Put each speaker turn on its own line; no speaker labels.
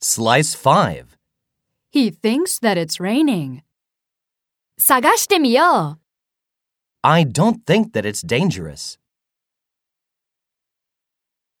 Slice 5.
He thinks that it's raining. 探してみよう
I don't think that it's dangerous.